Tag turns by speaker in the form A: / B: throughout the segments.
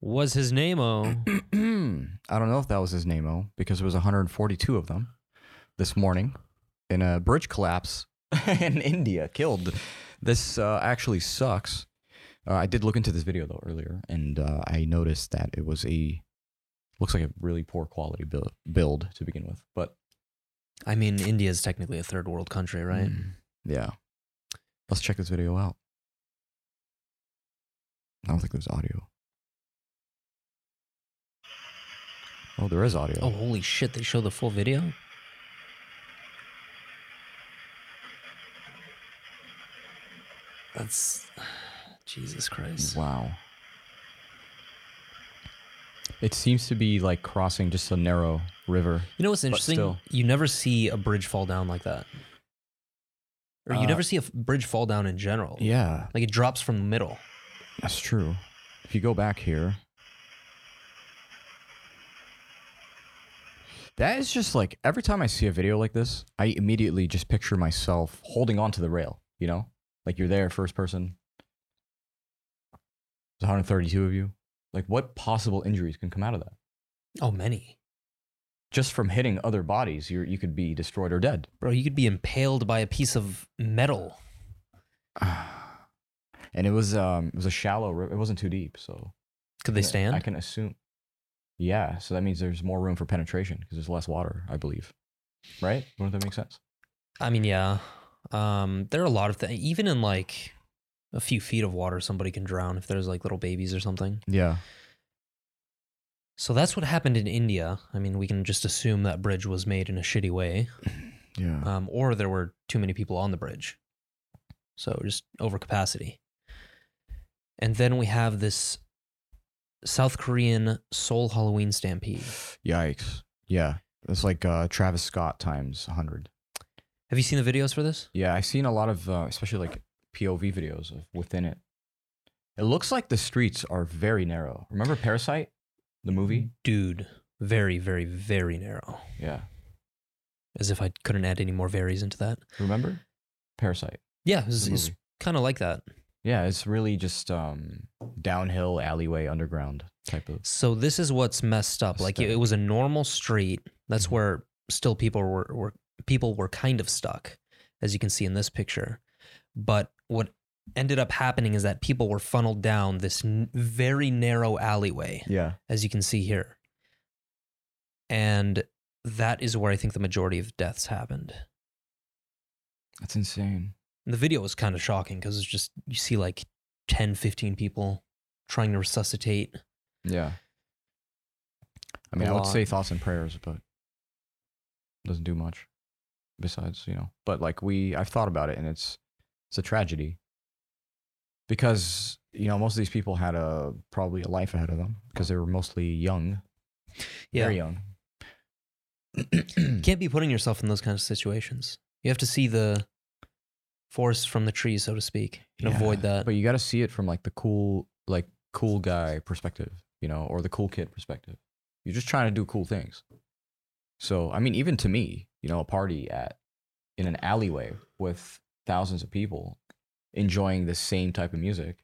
A: was his name oh
B: I don't know if that was his name, oh, because there was 142 of them this morning in a bridge collapse in India killed. This uh, actually sucks. Uh, I did look into this video though earlier, and uh, I noticed that it was a looks like a really poor quality build, build to begin with. But
A: i mean India's technically a third world country right
B: Mm, yeah, let's check this video out. I don't think there's audio. Oh, there is audio.
A: oh holy shit they show the full video that's jesus christ
B: Wow. It seems to be like crossing just a narrow river.
A: You know what's interesting?
B: still.
A: You never see a bridge fall down like that. Or you
B: Uh,
A: never see a f- bridge fall down in general.
B: Yeah,
A: Like it drops from the middle.
B: that's true. If you go back here, that is just like every time I see a video like this, I immediately just picture myself holding onto the rail, you know? Like you're there, first person. There's 132 of you. Like, what possible injuries can come out of that?
A: Oh, many.
B: Just from hitting other bodies, you're, you could be destroyed or dead.
A: Bro, you could be impaled by a piece of metal.
B: and it was um it was a shallow river. It wasn't too deep, so
A: Could they stand?
B: I can assume. Yeah, so that means there's more room for penetration because there's less water, I believe. Right? Wouldn't that make sense?
A: I mean, yeah. Um, there are a lot of things. Even in like a few feet of water, somebody can drown if there's like little babies or something.
B: Yeah.
A: So that's what happened in India. I mean, we can just assume that bridge was made in a shitty way,
B: Yeah.
A: um, or there were too many people on the bridge. So just overcapacity. And then we have this South Korean Seoul Halloween stampede.
B: Yikes. Yeah. That's like uh, Travis Scott times 100.
A: Have you seen the videos for this?
B: Yeah, I've seen a lot of, uh, especially like POV videos of within it. It looks like the streets are very narrow. Remember Parasite, the movie?
A: Dude, very, very, very narrow.
B: Yeah.
A: As if I couldn't add any more varies into that.
B: Remember? Parasite.
A: Yeah,
B: the
A: it's, it's
B: movie.
A: kind of like that.
B: Yeah, it's really just um, downhill, alleyway, underground type of.
A: So this is what's messed up. Like it,
B: Aesthetic.
A: it was a normal street. That's
B: Mhm.
A: where still people were, were people were kind of stuck, as you can see in this picture. But what ended up happening is that people were funneled down this n- very narrow alleyway,
B: Yeah.
A: as you can see here. And that is where I think the majority of deaths happened.
B: That's insane.
A: And the video was kind of shocking because it's just you see like 10, 15 people trying to resuscitate.
B: Yeah. I mean,
A: A
B: I would
A: lot.
B: say thoughts and prayers, but doesn't do much besides, you know. But like we I've thought about it and it's it's a tragedy. Because, you know, most of these people had a probably a life ahead of them because they were mostly young, very young.
A: You can't be putting yourself in those kinds of situations. You have to see the forest from the trees, so to speak, and
B: Yeah,
A: avoid that.
B: But you got to see it from like the cool, like cool guy perspective, you know, or the cool kid perspective. You're just trying to do cool things. So, I mean, even to me, you know, a party at in an alleyway with thousands of people enjoying the same type of music,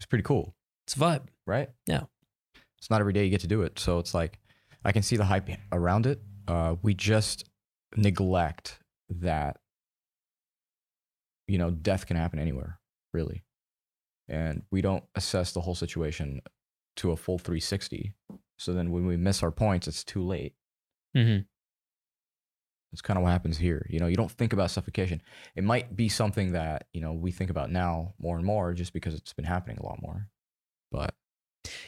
B: it's pretty cool,
A: it's a vibe.
B: right?
A: Yeah.
B: It's not every day you get to do it, so it's like I can see the hype around it. Uh, we just neglect that you know, death can happen anywhere, really. And we don't assess the whole situation to a full 360. So then when we miss our points, it's too late.
A: Mm-hmm.
B: It's kind of what happens here. You know, you don't think about suffocation. It might be something that, you know, we think about now more and more just because it's been happening a lot more. But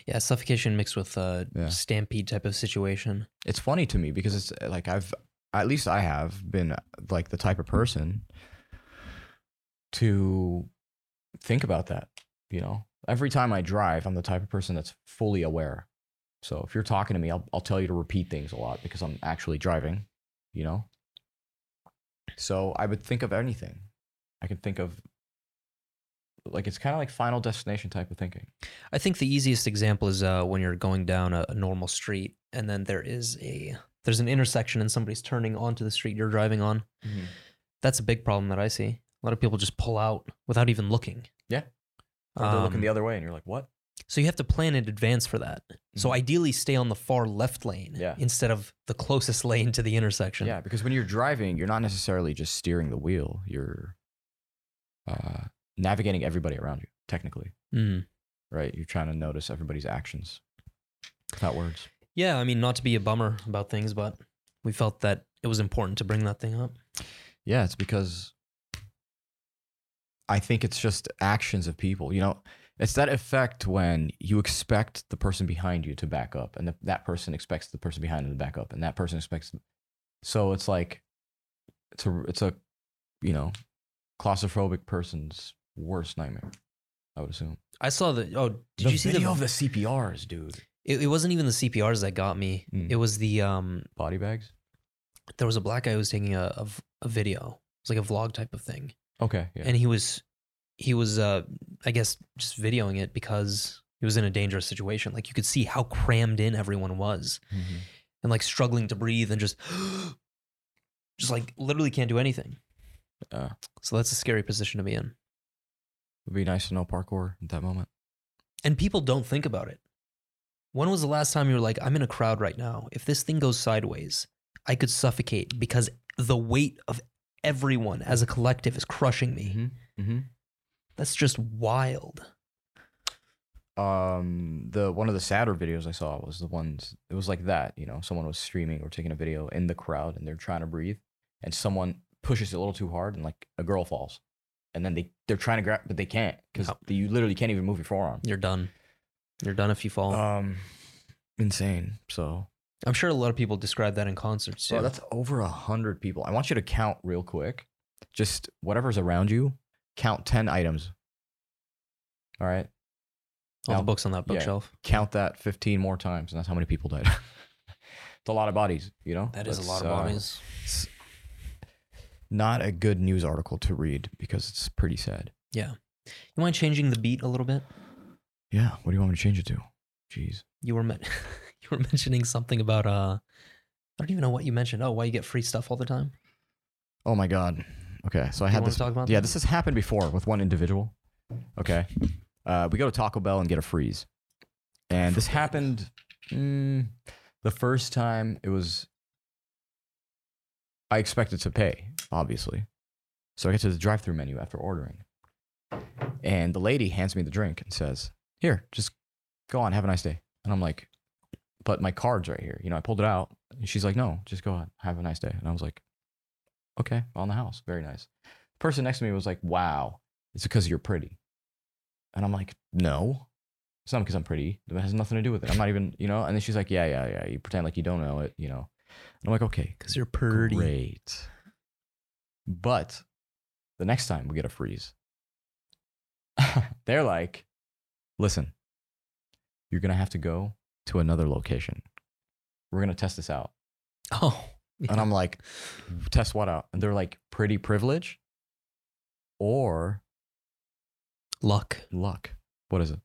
A: Yeah, suffocation mixed with a
B: Yeah.
A: stampede type of situation.
B: it's funny to me because it's uh, like I've at least I have been uh, like the type of person to think about that, you know. Every time I drive, I'm the type of person that's fully aware. So if you're talking to me, I'll I'll tell you to repeat things a lot because I'm actually driving, you know. So I would think of anything. I can think of like it's kind of like final destination type of thinking.
A: I think the easiest example is uh, when you're going down a, a normal street, and then there is a there's an intersection, and somebody's turning onto the street you're driving on. That's a big problem that I see. A lot of people just pull out without even looking.
B: Yeah. Or they're
A: Um,
B: looking the other way and you're like, "What?"
A: So you have to plan in advance for that. So
B: Mhm.
A: ideally, stay on the far left lane
B: Yeah.
A: instead of the closest lane to the intersection.
B: Yeah, because when you're driving, you're not necessarily just steering the wheel. You're uh, navigating everybody around you, technically,
A: Mm.
B: right? You're trying to notice everybody's actions, not words.
A: Yeah. I mean, not to be a bummer about things, but we felt that it was important to bring that thing up.
B: Yeah, it's because I think it's just actions of people. You know, it's that effect when you expect the person behind you to back up, and the, that person expects the person behind them to back up, and that person expects. So it's like, it's a it's a, you know, claustrophobic person's worst nightmare. I would assume.
A: I saw the. Oh, did you see
B: video
A: the?
B: of the CPRs, dude?
A: it, it wasn't even the CPRs that got me.
B: Mm.
A: It was the um.
B: Body bags.
A: There was a black guy who was taking a a, v- a video. It's like a vlog type of thing,
B: Okay. Yeah.
A: and he was he was uh I guess just videoing it because he was in a dangerous situation. Like you could see how crammed in everyone was,
B: Mhm.
A: and like struggling to breathe, and just just like literally can't do anything.
B: Uh.
A: So that's a scary position to be in,
B: It'd be nice to know parkour at that moment.
A: and people don't think about it. When was the last time you were like, I'm in a crowd right now. If this thing goes sideways, I could suffocate because the weight of everyone as a collective is crushing me.
B: Mm-hmm.
A: That's just wild.
B: um the one of the sadder videos I saw was the ones it was like that, you know, someone was streaming or taking a video in the crowd and they're trying to breathe and someone pushes it a little too hard and like a girl falls. And then they they're trying to grab but they can't cuz
A: No.
B: you literally can't even move your forearm.
A: You're done. You're done if you fall.
B: Um insane. So
A: I'm sure a lot of people describe that in concerts too.
B: So that's over a hundred people. I want you to count real quick. Just whatever's around you, count ten items. All right.
A: All
B: Now-
A: the books on that
B: yeah.
A: bookshelf.
B: count that 15 more times and that's how many people died it's a lot of bodies you know
A: That is
B: That's,
A: a lot of
B: uh,
A: bodies.
B: it's not a good news article to read because it's pretty sad
A: You mind changing the beat a little bit?
B: yeah what do you want me to change it to jeez
A: You were men- you were mentioning something about uh I don't even know what you mentioned. Oh, why you get free stuff all the time?
B: oh my god okay so i
A: you
B: had
A: wanna
B: this
A: talk about
B: yeah
A: that?
B: this has happened before with one individual okay uh, we go to taco bell and get a freeze and this happened mm, the first time it was I expected to pay, obviously. So I get to the drive through menu after ordering. And the lady hands me the drink and says, Here, just go on, have a nice day. And I'm like, But my card's right here. You know, I pulled it out. And she's like, No, just go on, have a nice day. And I was like, Okay, on the house. Very nice. The person next to me was like, Wow, it's because you're pretty. And I'm like, No, it's not because I'm pretty. It has nothing to do with it. I'm not even, you know? And then she's like, Yeah, yeah, yeah. You pretend like you don't know it, you know? And I'm like, Okay,
A: Because you're pretty.
B: Great. But the next time we get a freeze, they're like, listen, you're going to have to go to another location. We're going to test this out.
A: Oh.
B: And I'm like, test what out? And they're like, pretty privilege or
A: luck.
B: luck. What is it?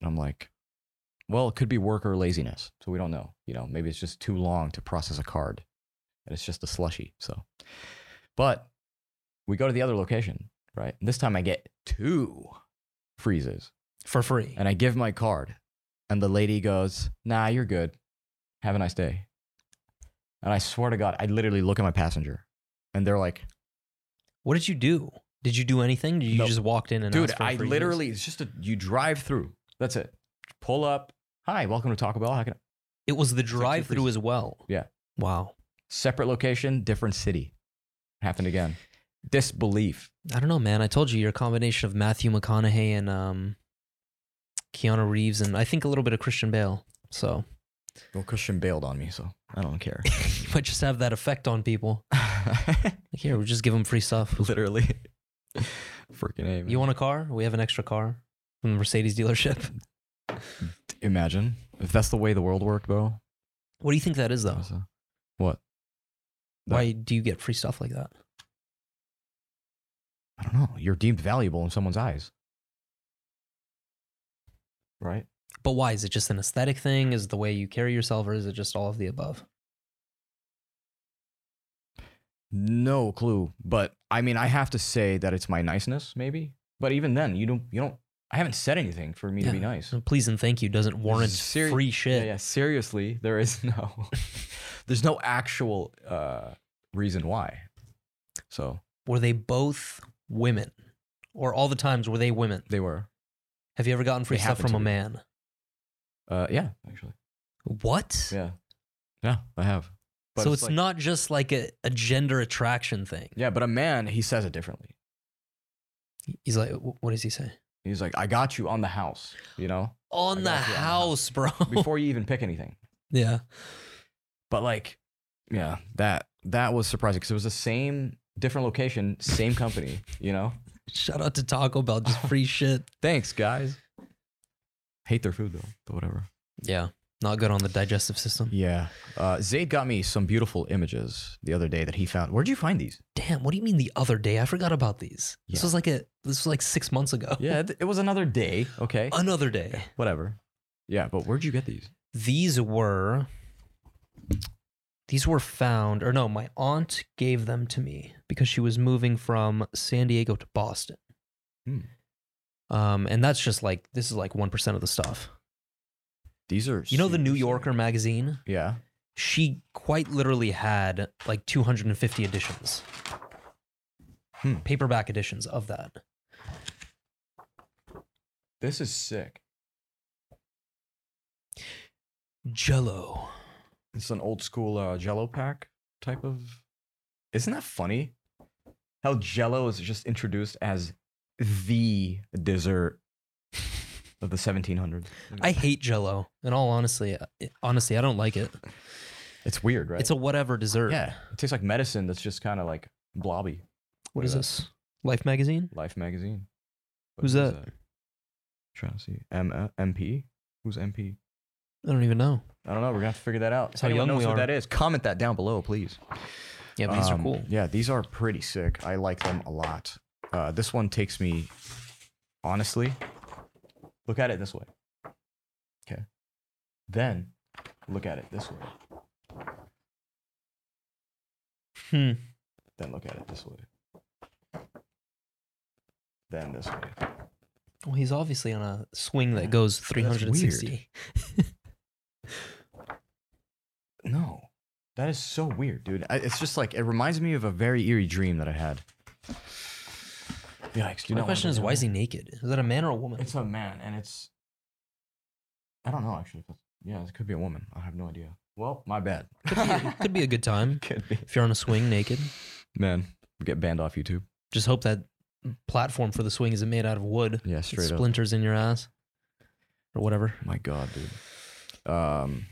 B: And I'm like, well, it could be work or laziness. So we don't know. You know, maybe it's just too long to process a card and it's just a slushy. So, but we go to the other location, right? And this time I get two freezes
A: For free.
B: and I give my card. And the lady goes, nah, you're good. Have a nice day. And I swear to God, I literally look at my passenger and they're like,
A: What did you do? Did you do anything? Did you
B: No.
A: just walked in and
B: Dude,
A: asked for a
B: I
A: free
B: literally, it's just a, you drive through. That's it. Pull up. Hi, welcome to Taco Bell. How can I?
A: It was the
B: two
A: drive through
B: freezes.
A: as well.
B: Yeah.
A: Wow.
B: Separate location, different city. Happened again. Disbelief.
A: I don't know, man. I told you you're a combination of Matthew McConaughey and um, Keanu Reeves, and I think a little bit of Christian Bale. So
B: Well, Christian bailed on me, so I don't care.
A: you might just have that effect on people. Like, here, we just give them free stuff.
B: Literally. Freaking A.
A: You want a car? We have an extra car from the Mercedes dealership.
B: to imagine if that's the way the world worked, bro?
A: What do you think that is, though?
B: So- What?
A: Why do you get free stuff like that?
B: I don't know. You're deemed valuable in someone's eyes. Right?
A: But why? Is it just an aesthetic thing? Is it the way you carry yourself, or is it just all of the above?
B: No clue. But I mean, I have to say that it's my niceness, maybe. But even then, you don't you don't I haven't said anything for me to be
A: Yeah.
B: nice.
A: So please and thank you doesn't warrant
B: Seri-
A: free
B: Yeah,
A: shit.
B: yeah, seriously, there is no, there's no actual uh, reason why. So
A: Were they both women? Or all the times were they women?
B: they were,
A: Have you ever gotten free
B: They
A: stuff
B: happen
A: from
B: to
A: a
B: be.
A: man?
B: uh, yeah, actually,
A: What?
B: yeah, yeah, I have.
A: so it's,
B: like-
A: not just like a, a gender attraction thing.
B: Yeah, but a man, he says it differently.
A: He's like, wh- what does he say?
B: He's like, "I got you on the house," you know,
A: On
B: I
A: the
B: got you on the
A: house, bro.
B: before you even pick anything.
A: yeah.
B: But like, yeah, that that was surprising because it was the same, different location, same company. You know,
A: Shout out to Taco Bell, just free shit.
B: thanks guys. Hate their food though, but whatever.
A: Yeah. Not good on the digestive system.
B: Yeah. Uh, Zayd got me some beautiful images the other day that he found. Where'd you find these?
A: Damn, what do you mean the other day? I forgot about these. This
B: Yeah.
A: was like a this was like six months ago.
B: Yeah, th- it was another day. Okay.
A: Another day.
B: Whatever. Yeah, but where'd you get these?
A: These were these were found or no, my aunt gave them to me because she was moving from San Diego to Boston.
B: Hmm.
A: Um, and that's just like this is like one percent of the stuff.
B: These are.
A: You know the New
B: super
A: Yorker
B: sick.
A: magazine?
B: Yeah.
A: She quite literally had like 250 editions.
B: Hmm.
A: Paperback editions of that.
B: This is sick.
A: Jello.
B: It's an old school uh, Jello pack type of. Isn't that funny? How Jello is just introduced as the dessert of the 1700s.
A: I hate Jello. In all honestly, honestly, I don't like it.
B: it's weird, right?
A: It's a whatever dessert.
B: yeah. It tastes like medicine that's just kind of like blobby.
A: What is this? Life magazine?
B: Life magazine. What
A: Who's
B: is
A: that?
B: trying to see. M- uh, MP? Who's MP?
A: I don't even know.
B: I don't know. We're going to have to figure that out. If
A: That's how
B: anyone
A: young
B: knows
A: we
B: who
A: are.
B: that is, comment that down below, please.
A: Yeah, but these are
B: Um,
A: cool.
B: Yeah, these are pretty sick. I like them a lot. Uh, this one takes me, honestly, look at it this way. Okay. Then look at it this way.
A: Hmm.
B: Then look at it this way. Then this way.
A: Well, he's obviously on a swing that goes 360.
B: No, that is so weird, dude. I, it's just like, it reminds me of a very eerie dream that I had. Yikes. Do
A: My
B: not wanna
A: question
B: go
A: is,
B: down
A: why is
B: there.
A: he naked? Is that a man or a woman?
B: It's a man, and it's. I don't know actually. If it's, yeah, it could be a woman. I have no idea. Well, my bad.
A: could, be, could be a good time
B: could be.
A: if you're on a swing naked.
B: Man, we get banned off YouTube.
A: Just hope that platform for the swing isn't made out of wood.
B: Yeah,
A: It splinters in your ass or whatever.
B: My God, dude. Um,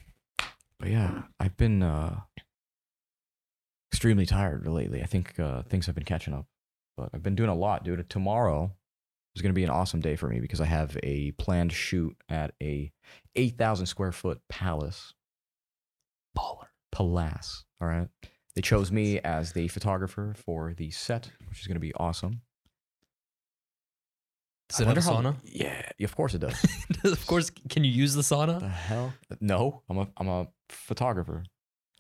B: but yeah, I've been uh extremely tired lately. I think uh things have been catching up, but I've been doing a lot, dude. Tomorrow is going to be an awesome day for me because I have a planned shoot at a eight thousand square foot palace
A: Baller.
B: Palace. All right. They chose me as the photographer for the set, which is going to be awesome.
A: Does it have a sauna?
B: yeah, of course it does.
A: of course, can you use the sauna?
B: the hell? No, I'm a I'm a photographer.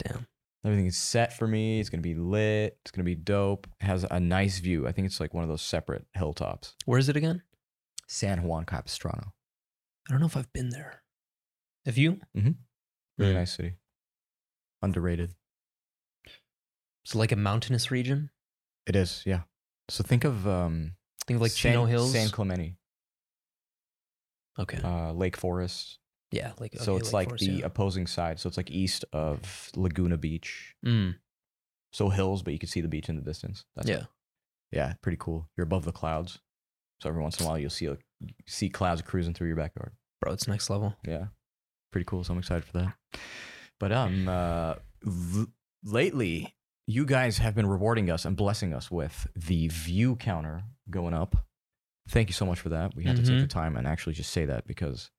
A: Damn.
B: Everything is set for me. It's going to be lit. It's going to be dope. It has a nice view. I think it's like one of those separate hilltops.
A: Where is it again?
B: San Juan Capistrano.
A: I don't know if I've been there. Have you?
B: Mhm. Really
A: Hmm.
B: nice city. Underrated.
A: So like a mountainous region.
B: It is, yeah. So think of um
A: Think of like
B: San,
A: Chino Hills.
B: San Clemente,
A: okay.
B: uh, Lake Forest,
A: yeah. Like
B: so
A: okay,
B: it's
A: Lake
B: like
A: Forest,
B: the
A: yeah.
B: opposing side. So it's like east of Laguna Beach.
A: Mm,
B: So hills, but you can see the beach in the distance. That's
A: yeah.
B: yeah, pretty cool. You're above the clouds, so every once in a while you'll see like, see clouds cruising through your backyard.
A: Bro, it's next level.
B: Yeah, pretty cool. So I'm excited for that. But um, uh, l- lately you guys have been rewarding us and blessing us with the view counter going up. Thank you so much for that. We had to take the time and actually just say that because,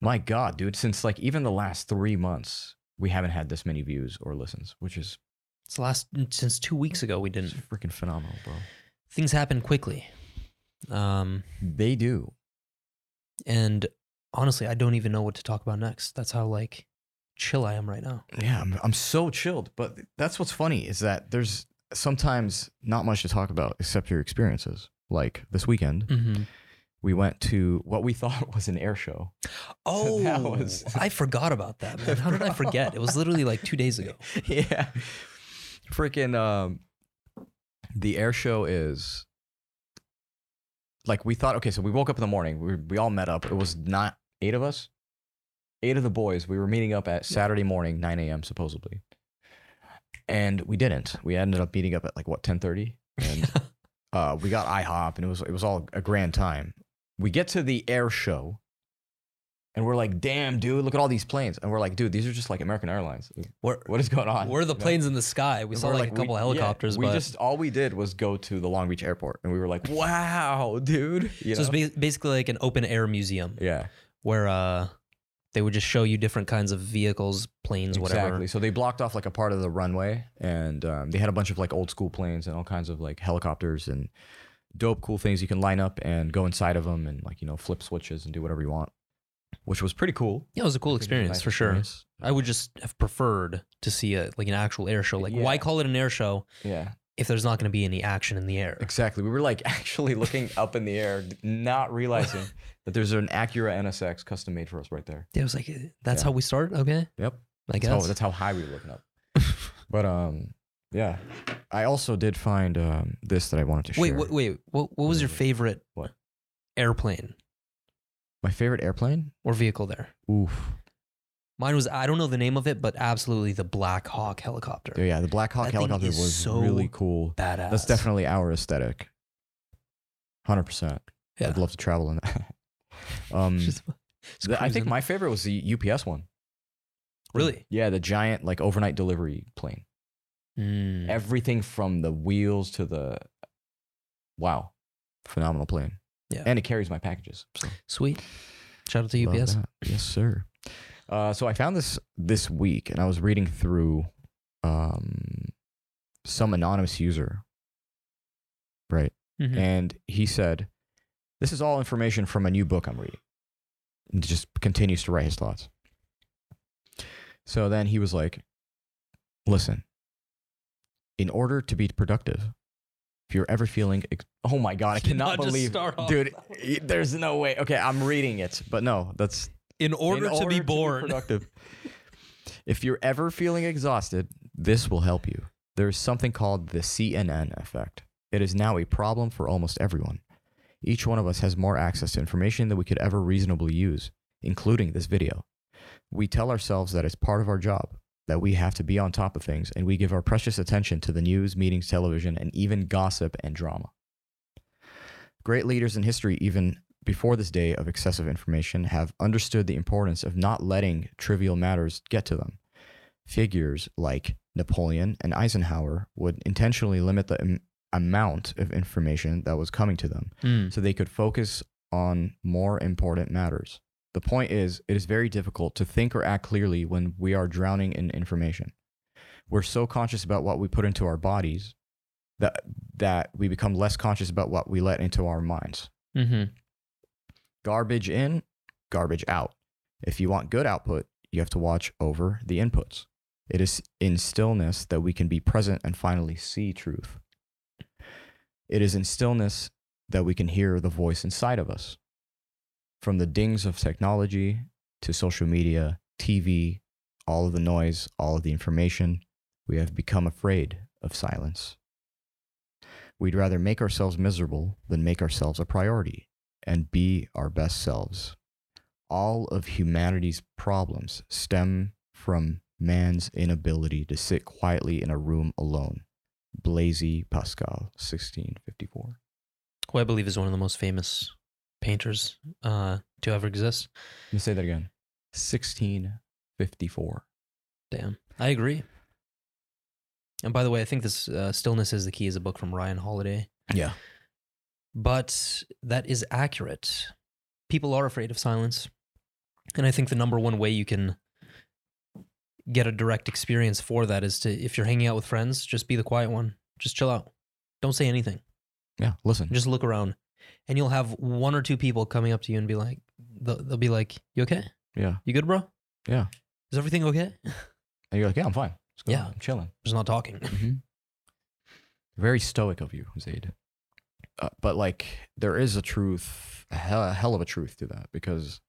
B: my God, dude, since like even the last three months, we haven't had this many views or listens, which is
A: It's the last mm, since two weeks ago we didn't.
B: freaking phenomenal, bro.
A: Things happen quickly. Um,
B: They do.
A: and honestly, I don't even know what to talk about next. That's how like chill I am right now.
B: yeah I'm, I'm so chilled but that's what's funny is that there's sometimes not much to talk about except your experiences like this weekend
A: Mm-hmm.
B: we went to what we thought was an air show.
A: Oh,
B: that was-
A: I forgot about that. Man. How did I forget? It was literally like two days ago.
B: yeah. Freaking um the air show is like we thought okay, so we woke up in the morning. We we all met up. It was not eight of us. Eight of the boys. We were meeting up at Saturday morning, 9 a.m. supposedly. And we didn't. We ended up meeting up at like what, 10:30? And uh we got IHOP and it was it was all a grand time. We get to the air show and we're like, damn, dude, look at all these planes. And we're like, dude, these are just like American Airlines
A: We're,
B: what is going on?
A: we're the
B: You know?
A: planes in the sky. We
B: And
A: saw
B: we're
A: like, a couple
B: we- yeah,
A: helicopters,
B: we
A: but
B: just all we did was go to the Long Beach airport, and we were like, "Wow, dude!" You
A: so it's
B: know?
A: ba- basically like an open air museum
B: yeah,
A: where uh, they would just show you different kinds of vehicles, planes, whatever.
B: exactly. So they blocked off like a part of the runway, and um, they had a bunch of like old school planes and all kinds of like helicopters and dope, cool things you can line up and go inside of them and like you know flip switches and do whatever you want, which was pretty cool.
A: Yeah, it was a
B: I think it was
A: cool
B: a
A: experience
B: nice
A: for sure.
B: experience.
A: I would just have preferred to see a like an actual air show. Like,
B: Yeah.
A: why call it an air show
B: Yeah,
A: if there's not going to be any action in the air?
B: exactly. We were like actually looking up in the air, not realizing that there's an Acura NSX custom made for us right there.
A: It was like eh, that's
B: Yeah.
A: how we start. Okay,
B: Yep.
A: I
B: That's how-
A: guess.
B: that's how high we were looking up. but um, yeah. I also did find um, this that I wanted to
A: Wait,
B: share.
A: wait, wait. What what was your favorite
B: What?
A: airplane
B: My favorite airplane?
A: or vehicle there?
B: Oof.
A: Mine was I don't know the name of it, but absolutely the Black Hawk helicopter.
B: Dude, yeah, the Black Hawk
A: That thing
B: helicopter
A: is
B: was
A: so
B: really cool.
A: Badass.
B: That's definitely our aesthetic. Hundred percent.
A: Yeah.
B: I'd love to travel in that. um,
A: Just- just
B: the- I think
A: cruising.
B: my favorite was the UPS one.
A: really.
B: Yeah, the giant like overnight delivery plane.
A: Mm.
B: everything from the wheels to the wow phenomenal plane
A: Yeah.
B: and it carries my packages so
A: Sweet. Shout out to
B: love
A: UPS.
B: that. yes sir uh, so i found this this week and i was reading through um, some anonymous user right
A: Mhm.
B: and he said this is all information from a new book i'm reading and just continues to write his thoughts so then he was like listen in order to be productive if you're ever feeling ex- oh my god i
A: Did not
B: cannot
A: just
B: believe
A: start off
B: dude
A: that
B: y- there's no way okay i'm reading it but no that's
A: In
B: in
A: order to be born.
B: productive if you're ever feeling exhausted this will help you there is something called the cnn effect it is now a problem for almost everyone each one of us has more access to information than we could ever reasonably use including this video we tell ourselves that it's part of our job that we have to be on top of things and we give our precious attention to the news meetings television and even gossip and drama Great leaders in history, even before this day of excessive information, have understood the importance of not letting trivial matters get to them. Figures like Napoleon and Eisenhower would intentionally limit the am- amount of information that was coming to them
A: Mm.
B: so they could focus on more important matters. The point is, it is very difficult to think or act clearly when we are drowning in information. We're so conscious about what we put into our bodies that, that we become less conscious about what we let into our minds.
A: Mhm.
B: Garbage in, garbage out. If you want good output, you have to watch over the inputs. It is in stillness that we can be present and finally see truth. It is in stillness that we can hear the voice inside of us. From the dings of technology to social media, TV, all of the noise, all of the information, we have become afraid of silence. We'd rather make ourselves miserable than make ourselves a priority and be our best selves. All of humanity's problems stem from man's inability to sit quietly in a room alone. Blaise Pascal, 1654.
A: Who I believe is one of the most famous painters uh, to ever exist.
B: Let me say that again. 1654.
A: Damn. I agree. And by the way, I think this uh, Stillness is the Key is a book from Ryan Holiday.
B: Yeah.
A: But that is accurate. People are afraid of silence. And I think the number one way you can get a direct experience for that is to, if you're hanging out with friends, just be the quiet one. Just chill out. Don't say anything.
B: Yeah. Listen.
A: Just look around. And you'll have one or two people coming up to you and be like, they'll, they'll be like, You okay?
B: Yeah.
A: You good, bro?
B: Yeah.
A: Is everything okay?
B: And you're like, yeah, I'm fine. It's good.
A: Yeah.
B: I'm chilling.
A: Just not talking.
B: Very stoic of you, Zaid. uh, but like there is a truth, a hell, a hell of a truth to that because,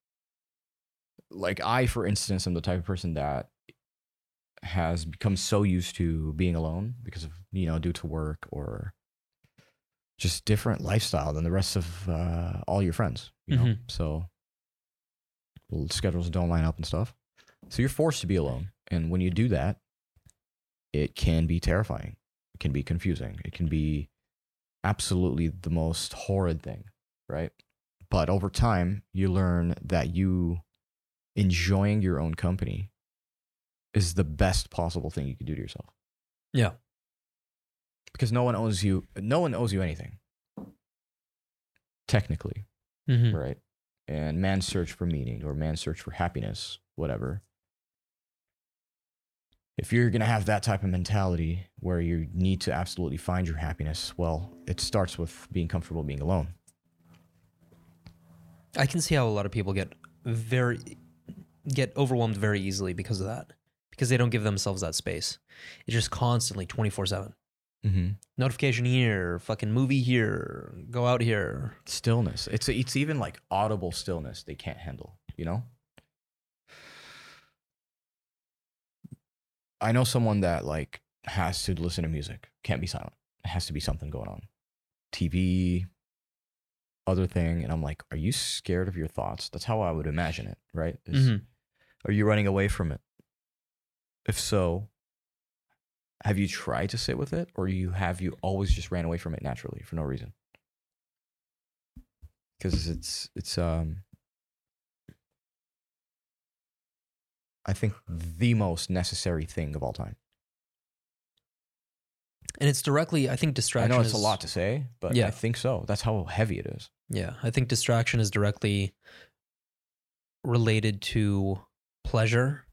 B: like I, for instance, am the type of person that has become so used to being alone because of you know due to work or just different lifestyle than the rest of uh, all your friends. You know, so l- schedules don't line up and stuff. So you're forced to be alone, and when you do that, it can be terrifying. It can be confusing. It can be absolutely the most horrid thing, right? But over time, you learn that you enjoying your own company is the best possible thing you could do to yourself.
A: Yeah.
B: Because no one owes you no one owes you anything. Technically,
A: Mm-hmm.
B: right? And man's search for meaning or man's search for happiness, whatever. If you're going to have that type of mentality where you need to absolutely find your happiness, well, it starts with being comfortable being alone.
A: I can see how a lot of people get very get overwhelmed very easily because of that. Because they don't give themselves that space. It's just constantly 24/7.
B: Mm-hmm.
A: Notification here, fucking movie here, go out here.
B: Stillness. It's, it's even like audible stillness they can't handle, you know? I know someone that like has to listen to music, can't be silent. It has to be something going on. TV, other thing. And I'm like, are you scared of your thoughts? That's how I would imagine it, right? Is-
A: Mhm.
B: Are you running away from it? If so, have you tried to sit with it or you have you always just ran away from it naturally for no reason? Cuz it's it's um I think the most necessary thing of all time.
A: And it's directly I think
B: I
A: distraction
B: know it's a
A: is-
B: lot to say, but
A: Yeah.
B: I think so. That's how heavy it is.
A: Yeah, I think distraction is directly related to pleasure.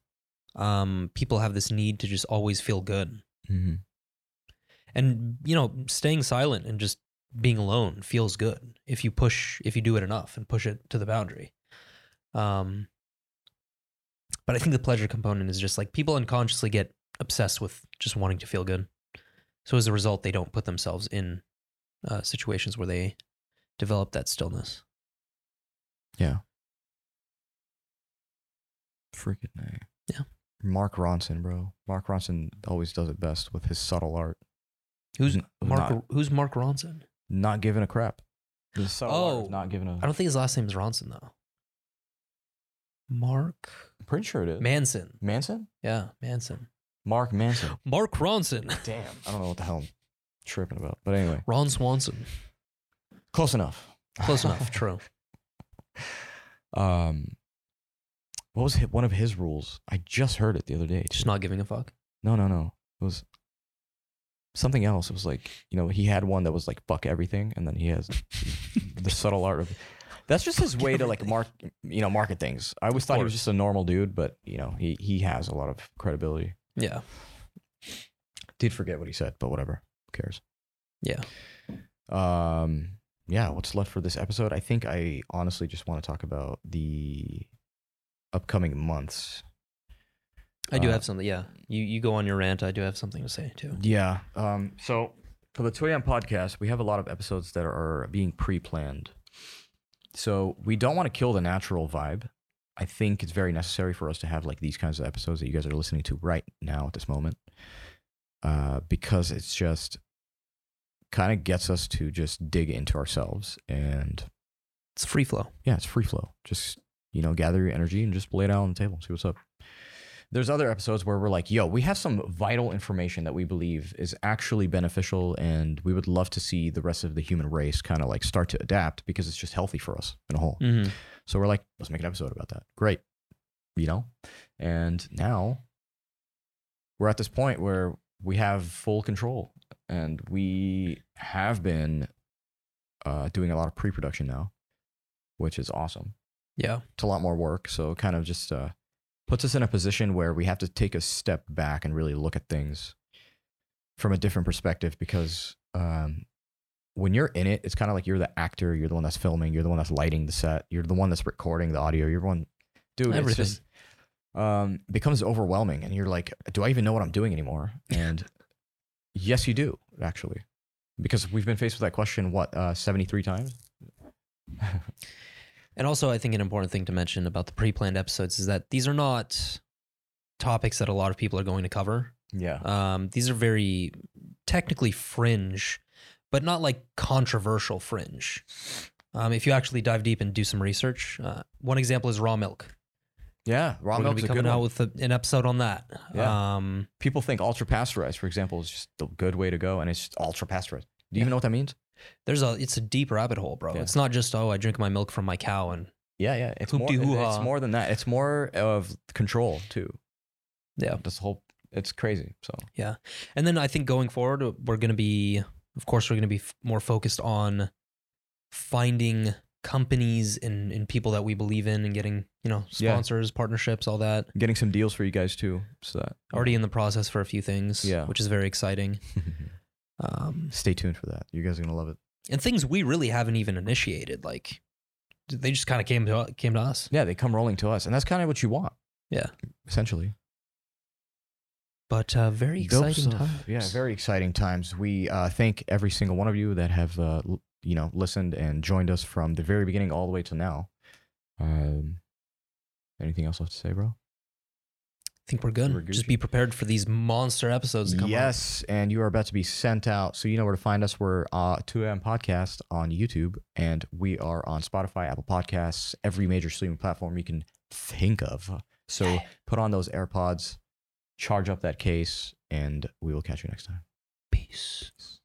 A: Um, people have this need to just always feel good,
B: Mm-hmm.
A: and you know, staying silent and just being alone feels good if you push, if you do it enough and push it to the boundary. Um, but I think the pleasure component is just like people unconsciously get obsessed with just wanting to feel good. So as a result, they don't put themselves in uh, situations where they develop that stillness.
B: Freaking A.
A: Yeah.
B: Mark Ronson, bro. Mark Ronson always does it best with his subtle art.
A: Who's
B: N-
A: Mark?
B: not-
A: who's Mark Ronson?
B: not giving a crap. The subtle art of
A: Oh.
B: not giving a.
A: I don't think his last name is Ronson though. Mark
B: I'm pretty sure it is.
A: Manson.
B: Manson?
A: Yeah, Manson.
B: Mark Manson.
A: Mark Ronson.
B: Damn. I don't know what the hell I'm tripping about. But anyway,
A: Ron Swanson.
B: close enough.
A: Close enough. True.
B: um, what was hi- one of his rules? I just heard it the other day.
A: Just not giving a fuck.
B: No, no, no. It was something else. It was like, you know, he had one that was like fuck everything, and then he has the subtle art of. That's just his
A: Fuck
B: way to like
A: everything.
B: mark, you know, market things. I always thought he was
A: course.
B: just a normal dude, but you know, he he has a lot of credibility.
A: Yeah.
B: Did forget what he said, but whatever. Who cares?
A: Yeah.
B: Um, yeah, what's left for this episode? I think I honestly just want to talk about the upcoming months.
A: I do
B: Uh,
A: have something. Yeah. You you go on your rant. I do have something to say too.
B: Yeah. Um, so for the Toyam podcast, we have a lot of episodes that are being pre-planned. So we don't want to kill the natural vibe. I think it's very necessary for us to have like these kinds of episodes that you guys are listening to right now at this moment, uh, because it's just kind of gets us to just dig into ourselves and
A: It's free flow.
B: yeah, it's free flow. Just you know, gather your energy and just lay down on the table, see what's up. There's other episodes where we're like, yo, we have some vital information that we believe is actually beneficial, and we would love to see the rest of the human race kind of like start to adapt because it's just healthy for us in a whole.
A: Mm-hmm.
B: So we're like, let's make an episode about that. Great. You know? And now we're at this point where we have full control and we have been uh, doing a lot of pre production now, which is awesome
A: Yeah.
B: it's a lot more work. So it kind of just uh, puts us in a position where we have to take a step back and really look at things from a different perspective because um, when you're in it, it's kind of like you're the actor, you're the one that's filming, you're the one that's lighting the set, you're the one that's recording the audio, you're the one, dude, it's
A: Everything.
B: just um, becomes overwhelming. And you're like, do I even know what I'm doing anymore? And yes, you do, actually. Because we've been faced with that question, what, uh, 73 times?
A: And also, I think an important thing to mention about the pre planned episodes is that these are not topics that a lot of people are going to cover.
B: Yeah.
A: Um, these are very technically fringe, but not like controversial fringe. Um, if you actually dive deep and do some research, uh, one example is raw milk.
B: Yeah. Raw
A: We're going to
B: milk's
A: be
B: a good
A: coming out
B: one.
A: with a, an episode on that.
B: Yeah.
A: Um,
B: People think ultra pasteurized, for example, is just the good way to go, and it's just ultra pasteurized. Do you even know what that means?
A: there's a it's a deep rabbit hole, bro.
B: Yeah.
A: It's not just oh I drink my milk from my cow and
B: Yeah, yeah. It's more,
A: Hoop-de-hoo-ha.
B: it's more than that. It's more of control, too.
A: Yeah.
B: This whole, it's crazy. So,
A: And then I think going forward, we're going to be, of course, we're going to be f- more focused on finding companies and, and people that we believe in and getting, you know,
B: Yeah.
A: sponsors, partnerships, all that.
B: getting some deals for you guys, too. So that
A: Already in the process for a few things,
B: Yeah.
A: which is very exciting. Um,
B: Stay tuned for that. You guys are going to love it.
A: and things we really haven't even initiated. Like they just kind of came to came to us.
B: Yeah, they come rolling to us, and that's kind of what you want.
A: Yeah.
B: essentially.
A: But uh, very
B: Dope
A: exciting
B: stuff.
A: times.
B: Yeah, very exciting times. We uh, thank every single one of you that have uh, l- you know listened and joined us from the very beginning all the way to now. Um, anything else left to say, bro?
A: I think we're good.
B: We're
A: just
B: Gucci.
A: be prepared for these monster episodes to come. up.
B: Yes, and you are about to be sent out, so you know where to find us. We're uh, 2am podcast on YouTube, and we are on Spotify, Apple Podcasts, every major streaming platform you can think of. So put on those AirPods, charge up that case, and we will catch you next time.
A: Peace.